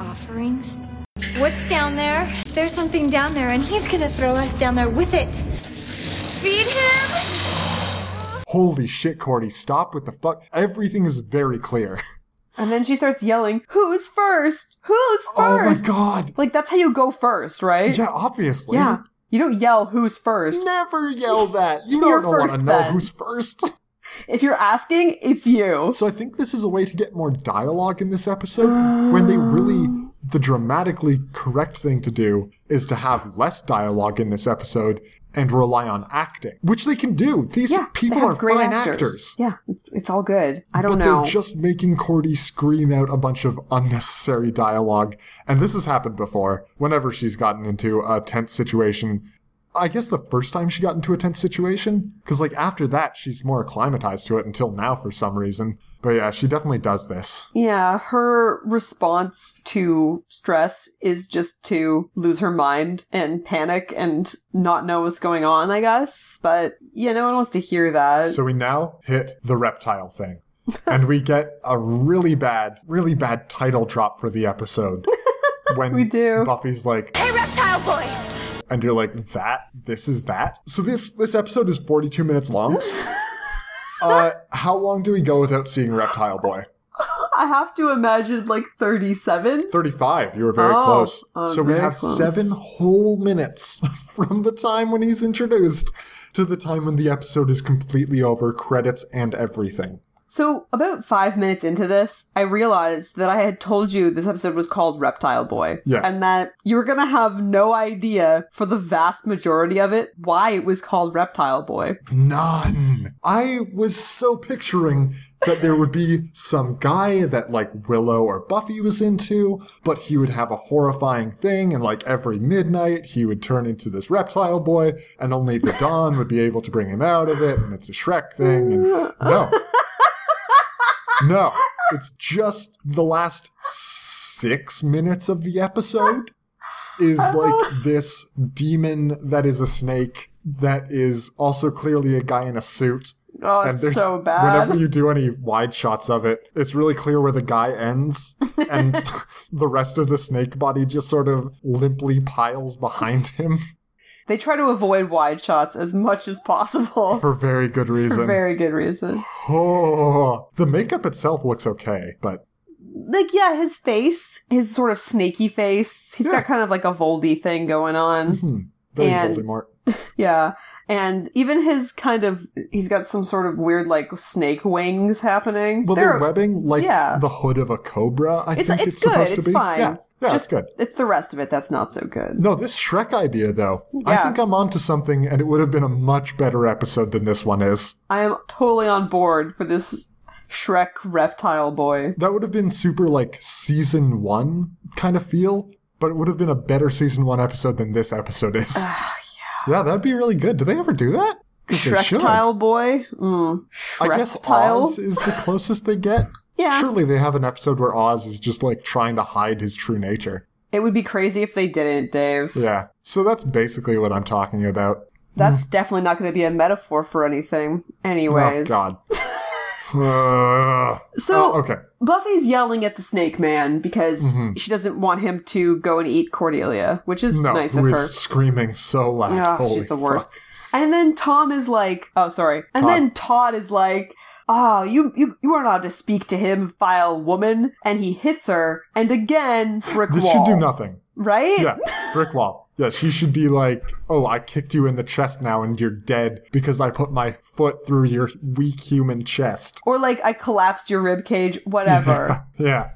Offerings? What's down there? There's something down there, and he's gonna throw us down there with it. Feed him?
Holy shit, Cordy, stop with the fuck. Everything is very clear.
And then she starts yelling, Who's first? Who's
Oh my
first?
god.
Like, that's how you go first, right?
Yeah, obviously.
Yeah. You don't yell who's first.
Never yell that. You
You're
don't want to
first,
know
then.
who's first.
If you're asking, it's you.
So I think this is a way to get more dialogue in this episode when they really the dramatically correct thing to do is to have less dialogue in this episode and rely on acting, which they can do. These
Yeah,
people
they have
are
great
fine
actors.
actors.
Yeah, it's, it's all good. I don't
but
know.
they're just making Cordy scream out a bunch of unnecessary dialogue. And this has happened before, whenever she's gotten into a tense situation. I guess the first time she got into a tense situation, because like after that, she's more acclimatized to it until now for some reason. But yeah, she definitely does this.
Yeah, her response to stress is just to lose her mind and panic and not know what's going on, I guess. But yeah, no one wants to hear that.
So we now hit the reptile thing. and we get a really bad, really bad title drop for the episode. When
We do.
Buffy's like,
Hey, reptile Oh, boy!
and you're like that this is that so this this episode is 42 minutes long uh how long do we go without seeing reptile boy
I have to imagine like 37.
35 you were very
Oh,
close
I was
so we
very
have
close.
seven whole minutes from the time when he's introduced to the time when the episode is completely over credits and everything
So, about five minutes into this, I realized that I had told you this episode was called Reptile Boy.
Yeah.
And that you were going to have no idea for the vast majority of it why it was called Reptile Boy.
None. I was so picturing that there would be some guy that like Willow or Buffy was into, but he would have a horrifying thing, and like every midnight he would turn into this reptile boy, and only the dawn would be able to bring him out of it, and it's a Shrek thing, and no. No. It's just the last six minutes of the episode is
Uh-huh.
like this demon that is a snake that is also clearly a guy in a suit.
Oh, it's
there's-
so bad.
Whenever you do any wide shots of it, it's really clear where the guy ends, and the rest of the snake body just sort of limply piles behind him
They try to avoid wide shots as much as possible.
for very good reason.
For very good reason.
oh, the makeup itself looks okay, but
Like, yeah, his face, his sort of snaky face, He's
Yeah. Mm-hmm.
got kind of like a Voldy thing going on.
very
And-
Voldemort.
yeah. And even his kind of, he's got some sort of weird, like, snake wings happening.
Well, they're,
They're-
webbing like
yeah.
the hood of a cobra. I
It's,
think
it's,
it's,
good.
supposed to
It's
be.
fine.
Yeah, yeah,
Just,
it's good.
It's the rest of it that's not so good.
No, this Shrek idea though, I
Yeah.
think I'm onto something, and it would have been a much better episode than this one is.
I am totally on board for this Shrek reptile boy.
That would have been super like season one kind of feel, but it would have been a better season one episode than this episode is.
Ah,
yeah. that'd be really good. Do they ever do that? 'Cause they should.
Shrektile boy? Mm.
I guess
Shrektile?
Oz is the closest they get.
Yeah.
Surely they have an episode where Oz is just like trying to hide his true nature.
It would be crazy if they didn't, Dave.
Yeah. So that's basically what I'm talking about.
That's
Mm.
definitely not going to be a metaphor for anything, anyways.
Oh God. Ugh.
So
Oh, okay.
Buffy's yelling at the Snake Man because
Mhm.
she doesn't want him to go and eat Cordelia, which is
No,
nice
who
of
is
her.
screaming so loud?
Ah,
Holy
she's the worst.
fuck.
And then Tom is like, "Oh, sorry." And
Todd.
then Todd is like, "Oh, you you you aren't allowed to speak to him, vile woman." And he hits her, and again brick
This
wall.
should do nothing.
right?
Yeah, brick wall. Yeah, she should be like, "Oh, I kicked you in the chest now, and you're dead because I put my foot through your weak human chest."
Or like, I collapsed your rib cage, whatever.
Yeah.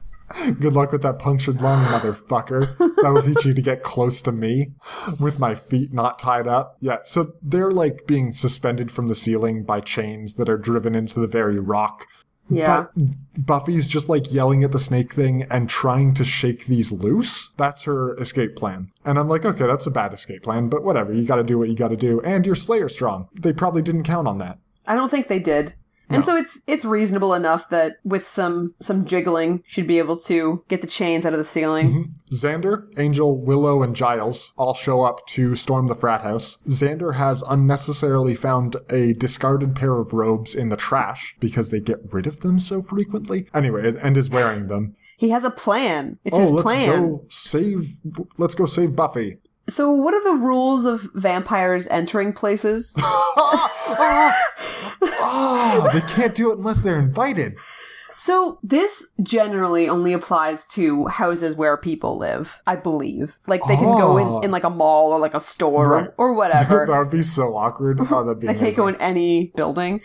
Good luck with that punctured lung, motherfucker. That will teach you to get close to me with my feet not tied up. Yeah, so they're like being suspended from the ceiling by chains that are driven into the very rock.
Yeah.
But Buffy's just like yelling at the snake thing and trying to shake these loose. That's her escape plan. And I'm like, okay, that's a bad escape plan, but whatever. You gotta do what you gotta do. And you're Slayer strong. They probably didn't count on that.
I don't think they did. And so it's it's reasonable enough that with some some jiggling she'd be able to get the chains out of the ceiling.
Mm-hmm. Xander, Angel, Willow, and Giles all show up to storm the frat house. Xander has unnecessarily found a discarded pair of robes in the trash because they get rid of them so frequently. Anyway, and is wearing them.
He has a plan. It's
oh,
his
let's
plan.
go save. Let's go save Buffy.
So what are the rules of vampires entering places?
Oh, Ah, they can't do it unless they're invited.
So this generally only applies to houses where people live, I believe. Like they can go
Oh.
in, in like a mall or like a store
Right.
or, or whatever.
that would be so awkward. Oh, that'd be
I can't
amazing.
go in any building.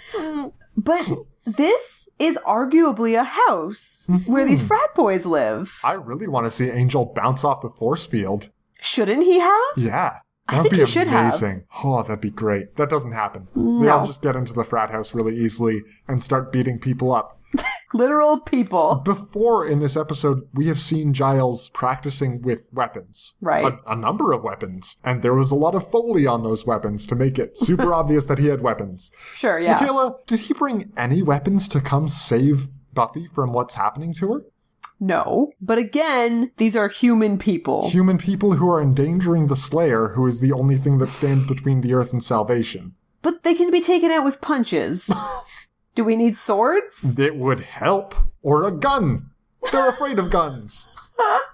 But this is arguably a house where these frat boys live.
Mm-hmm. I really want to see Angel bounce off the force field.
Shouldn't he have?
Yeah.
I
That'd
think
be
he should have.
amazing. Oh, that'd be great. That doesn't happen. They all just get into the frat house really easily and start beating people up.
Literal people.
Before in this episode, we have seen Giles practicing with weapons.
Right.
A, a number of weapons. And there was a lot of foley on those weapons to make it super obvious that he had weapons.
Sure, yeah.
Michaela, did he bring any weapons to come save Buffy from what's happening to her?
No. But again, these are human people.
Human people who are endangering the Slayer, who is the only thing that stands between the earth and salvation.
but they can be taken out with punches. Do we need swords?
It would help. Or a gun. They're afraid of guns.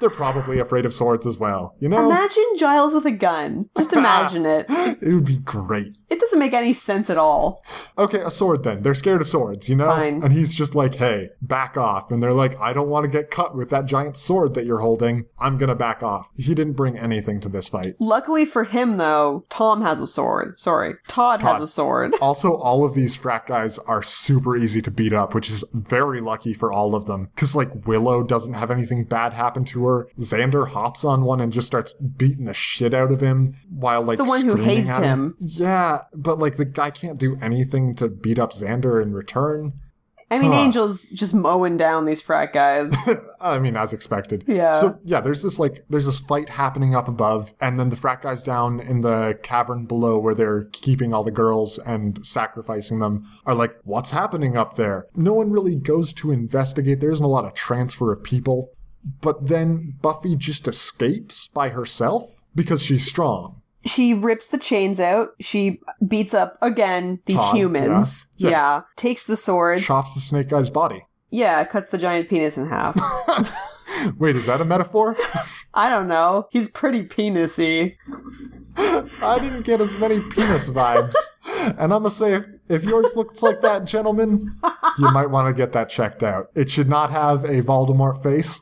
They're probably afraid of swords as well. You know?
Imagine Giles with a gun. Just imagine it.
it would be great.
It doesn't make any sense at all.
Okay, a sword then. They're scared of swords, you know?
Fine.
And he's just like, hey, back off. And they're like, I don't want to get cut with that giant sword that you're holding. I'm going to back off. He didn't bring anything to this fight.
Luckily for him, though, Tom has a sword. Sorry, Todd. has
Todd.
a sword.
Also, all of these frat guys are super easy to beat up, which is very lucky for all of them. Because, like, Willow doesn't have anything bad happen to her. Xander hops on one and just starts beating the shit out of him while, like,
The one who
screaming
hazed
at him.
him.
Yeah, but, like, the guy can't do anything to beat up Xander in return.
I mean,
Huh.
Angel's just mowing down these frat guys.
I mean, as expected.
Yeah.
So yeah, there's this like there's this fight happening up above, and then the frat guys down in the cavern below where they're keeping all the girls and sacrificing them are like, what's happening up there? No one really goes to investigate. There isn't a lot of transfer of people. But then Buffy just escapes by herself because she's strong.
she rips the chains out. She beats up again these
Todd,
humans.
yeah.
Yeah.
Yeah.
Takes the sword.
Chops the snake guy's body.
yeah, cuts the giant penis in half.
Wait, is that a metaphor?
I don't know. He's pretty penisy.
I didn't get as many penis vibes. And I'm gonna say, if, if yours looks like that, gentlemen, you might want to get that checked out. It should not have a Voldemort face.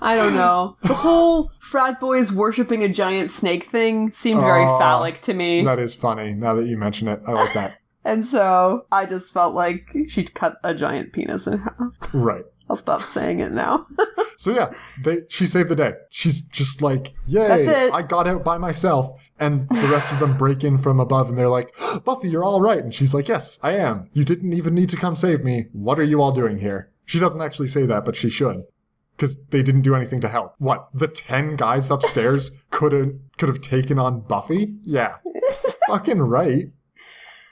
I don't know. The whole frat boys worshiping a giant snake thing seemed very
Aw,
phallic to me.
that is funny. Now that you mention it, I like that.
And so I just felt like she'd cut a giant penis in half.
Right.
I'll stop saying it now.
So yeah, they she saved the day. She's just like, yay!
That's it.
I got out by myself. And the rest of them break in from above, and they're like, Buffy, you're all right. And she's like, Yes, I am. You didn't even need to come save me. What are you all doing here? She doesn't actually say that, but she should. because they didn't do anything to help. What the ten guys upstairs could have could have taken on Buffy? Yeah, fucking right.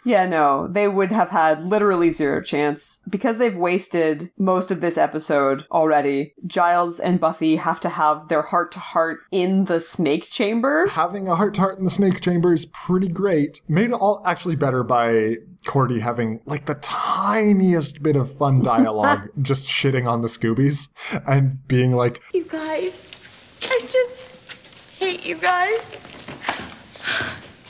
yeah, no, they would have had literally zero chance because they've wasted most of this episode already. Giles and Buffy have to have their heart to heart in the snake chamber.
Having a heart to heart in the snake chamber is pretty great. Made it all actually better by Cordy having like the tiniest bit of fun dialogue, just shitting on the Scoobies and being like,
You guys, I just hate you guys.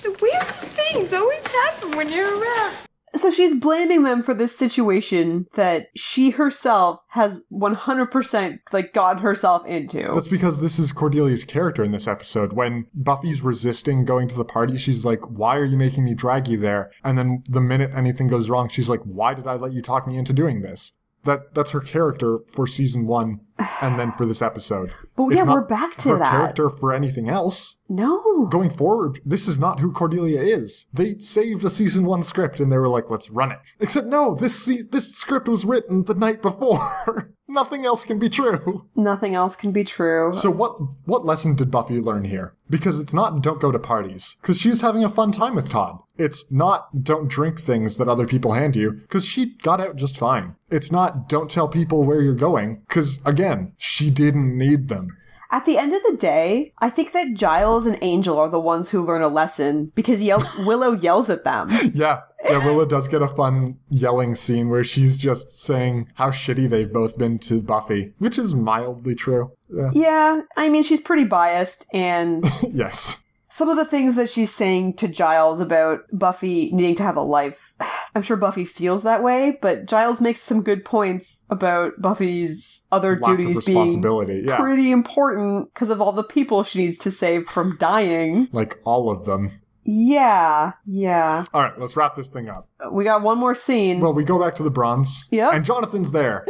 The weirdest things always happen when you're around.
So she's blaming them for this situation that she herself has 100% like got herself into.
That's because this is Cordelia's character in this episode. When Buffy's resisting going to the party, she's like, Why are you making me drag you there? And then the minute anything goes wrong, she's like, Why did I let you talk me into doing this? That that's her character for season one and then for this episode.
But
It's
yeah,
not
we're back to
her
that.
character for anything else.
no.
Going forward, this is not who Cordelia is. They saved a season one script and they were like, let's run it. Except no, this se- this script was written the night before. Nothing else can be true.
Nothing else can be true.
So what what lesson did Buffy learn here? Because it's not don't go to parties because she was having a fun time with Todd. It's not don't drink things that other people hand you because she got out just fine. It's not don't tell people where you're going because again she didn't need them.
At the end of the day, I think that Giles and Angel are the ones who learn a lesson because Yel- Willow yells at them.
Yeah, yeah. Willa does get a fun yelling scene where she's just saying how shitty they've both been to Buffy, which is mildly true. Yeah.
Yeah, I mean, she's pretty biased, and
yes.
some of the things that she's saying to Giles about Buffy needing to have a life. I'm sure Buffy feels that way, but Giles makes some good points about Buffy's other
Lack of
duties
responsibility,
being
yeah.
pretty important because of all the people she needs to save from dying.
Like all of them.
Yeah, yeah.
All right, let's wrap this thing up.
We got one more scene.
Well, we go back to the bronze.
Yep. Ah,
And Jonathan's there.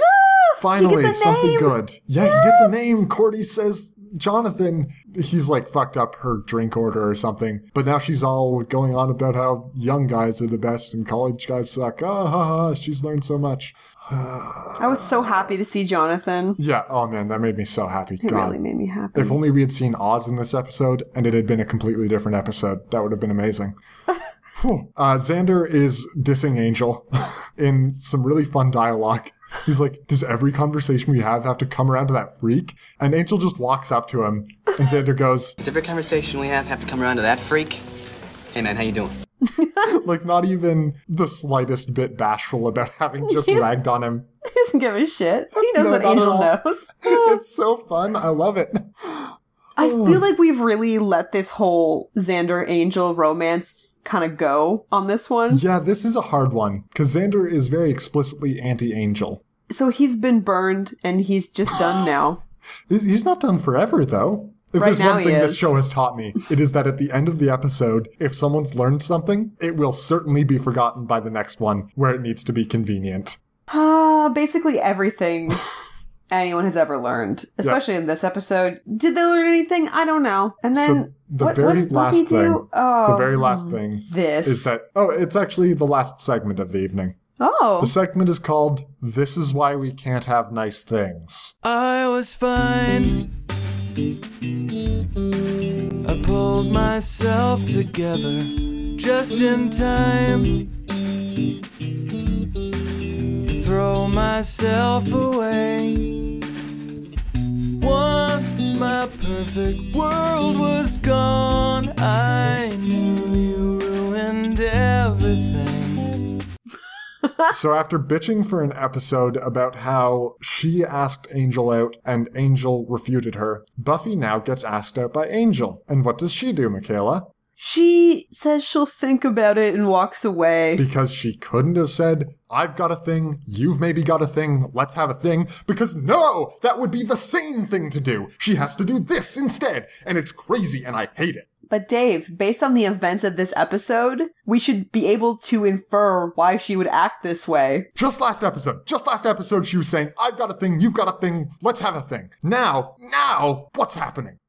Finally,
gets a
something
name.
good. Yeah, he gets a name. Cordy says Jonathan. He's like fucked up her drink order or something. But now she's all going on about how young guys are the best and college guys suck. Ah, ha, ha. She's learned so much.
I was so happy to see Jonathan.
Yeah. Oh man, that made me so happy.
It
God.
really made me happy.
if only we had seen Oz in this episode and it had been a completely different episode, that would have been amazing. Whew. uh, Xander is dissing Angel in some really fun dialogue. He's like, Does every conversation we have have to come around to that freak? And Angel just walks up to him, and Xander goes,
Does every conversation we have have to come around to that freak? Hey man, how you doing?
like, not even the slightest bit bashful about having just ragged on him.
he doesn't give a shit. He knows
No,
what
not at
Angel
all.
knows.
it's so fun. I love it.
I feel like we've really let this whole Xander Angel romance kind of go on this one.
Yeah, this is a hard one because Xander is very explicitly anti Angel.
So he's been burned and he's just done now.
He's not done forever, though. If
Right
there's
now
one
he
thing this
is.
show has taught me, it is that at the end of the episode, if someone's learned something, it will certainly be forgotten by the next one where it needs to be convenient.
Ah, basically everything anyone has ever learned, especially in this episode. Did they learn anything? I don't know. And then
so the
what, what
very
does
last
Buffy
thing,
do? Oh,
the very last thing
this
is that oh, it's actually the last segment of the evening.
oh
The segment is called "This is why we can't have nice things."
I was fine. I pulled myself together just in time to throw myself away. Once my perfect world was gone, I knew you ruined everything.
so after bitching for an episode about how she asked Angel out and Angel refuted her, Buffy now gets asked out by Angel. And what does she do, Michaela?
she says she'll think about it and walks away.
Because she couldn't have said, I've got a thing, you've maybe got a thing, let's have a thing. Because no, that would be the sane thing to do. She has to do this instead. And it's crazy and I hate it.
But Dave, based on the events of this episode, we should be able to infer why she would act this way.
Just last episode, just last episode, she was saying, I've got a thing, you've got a thing, let's have a thing. Now, now, what's happening?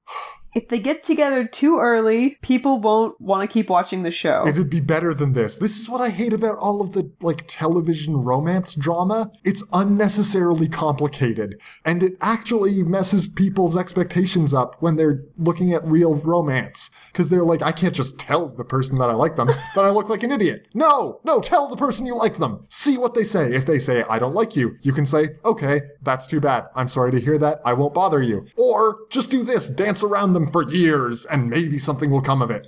If they get together too early, people won't want to keep watching the show.
It'd be better than this. This is what I hate about all of the like television romance drama. It's unnecessarily complicated and it actually messes people's expectations up when they're looking at real romance because they're like I can't just tell the person that I like them that I look like an idiot. No, no, tell the person you like them. See what they say. If they say I don't like you, you can say, "Okay, that's too bad. I'm sorry to hear that. I won't bother you." Or just do this, dance around them for years and maybe something will come of it.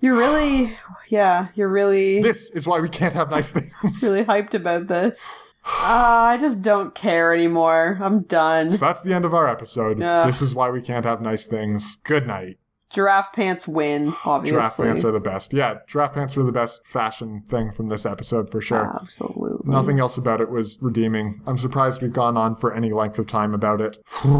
You're really, yeah, you're really,
This is why we can't have nice things.
really hyped about this. Ah, I just don't care anymore. I'm done.
So that's the end of our episode.
Yeah.
This is why we can't have nice things. Good night.
Giraffe pants win, obviously.
Giraffe pants are the best. Yeah, giraffe pants were the best fashion thing from this episode for sure.
Absolutely.
Nothing else about it was redeeming. I'm surprised we've gone on for any length of time about it.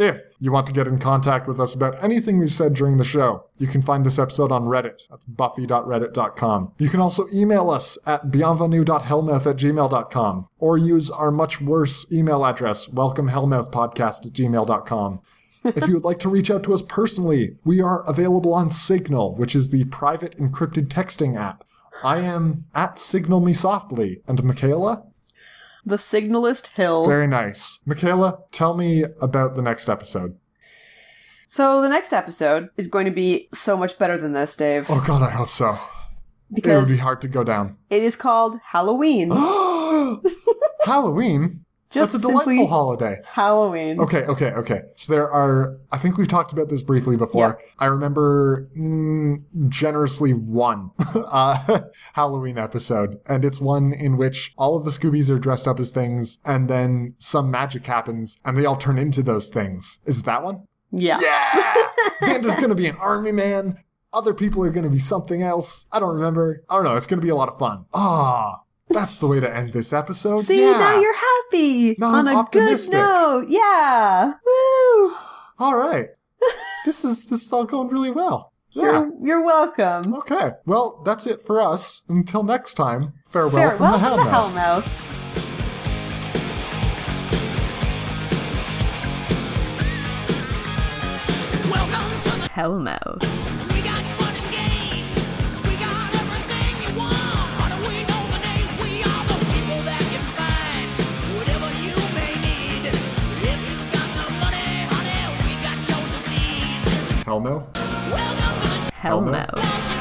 If you want to get in contact with us about anything we've said during the show, you can find this episode on Reddit. That's buffy.reddit.com. You can also email us at bienvenue.hellmouth at gmail.com or use our much worse email address, welcomehellmouthpodcast at gmail.com. if you would like to reach out to us personally, we are available on Signal, which is the private encrypted texting app. I am at Signal Me Softly. And Michaela?
The Signalist Hill.
Very nice. Michaela, tell me about the next episode.
so the next episode is going to be so much better than this, Dave,
Oh, God, I hope so. It would
because
be hard to go down.
it is called Halloween.
Halloween?
Just
That's a delightful
simply-
holiday.
Halloween.
Okay, okay, okay. So there are, I think we've talked about this briefly before. I remember mm, generously one uh, Halloween episode, and it's one in which all of the Scoobies are dressed up as things, and then some magic happens, and they all turn into those things. Is that one?
Yeah.
Yeah! Xander's going to be an army man. Other people are going to be something else. I don't remember. I don't know. It's going to be a lot of fun. Ah, that's the way to end this episode.
See,
yeah.
now you're happy
Now
on
I'm
a
optimistic.
good note. Yeah. Woo.
all right. This is this is all going really well. Yeah.
You're, you're welcome.
Okay. Well, that's it for us. Until next time. Farewell,
Farewell
from
to
the
the
Hellmouth.
Hellmouth.
Welcome to the
Hellmouth.
We got fun and games. We got everything you want. How do we know the names? We are the people that can find whatever you may need. If you got the money, honey, we got your disease.
Hellmouth.
Welcome to the
Hellmouth.
Welcome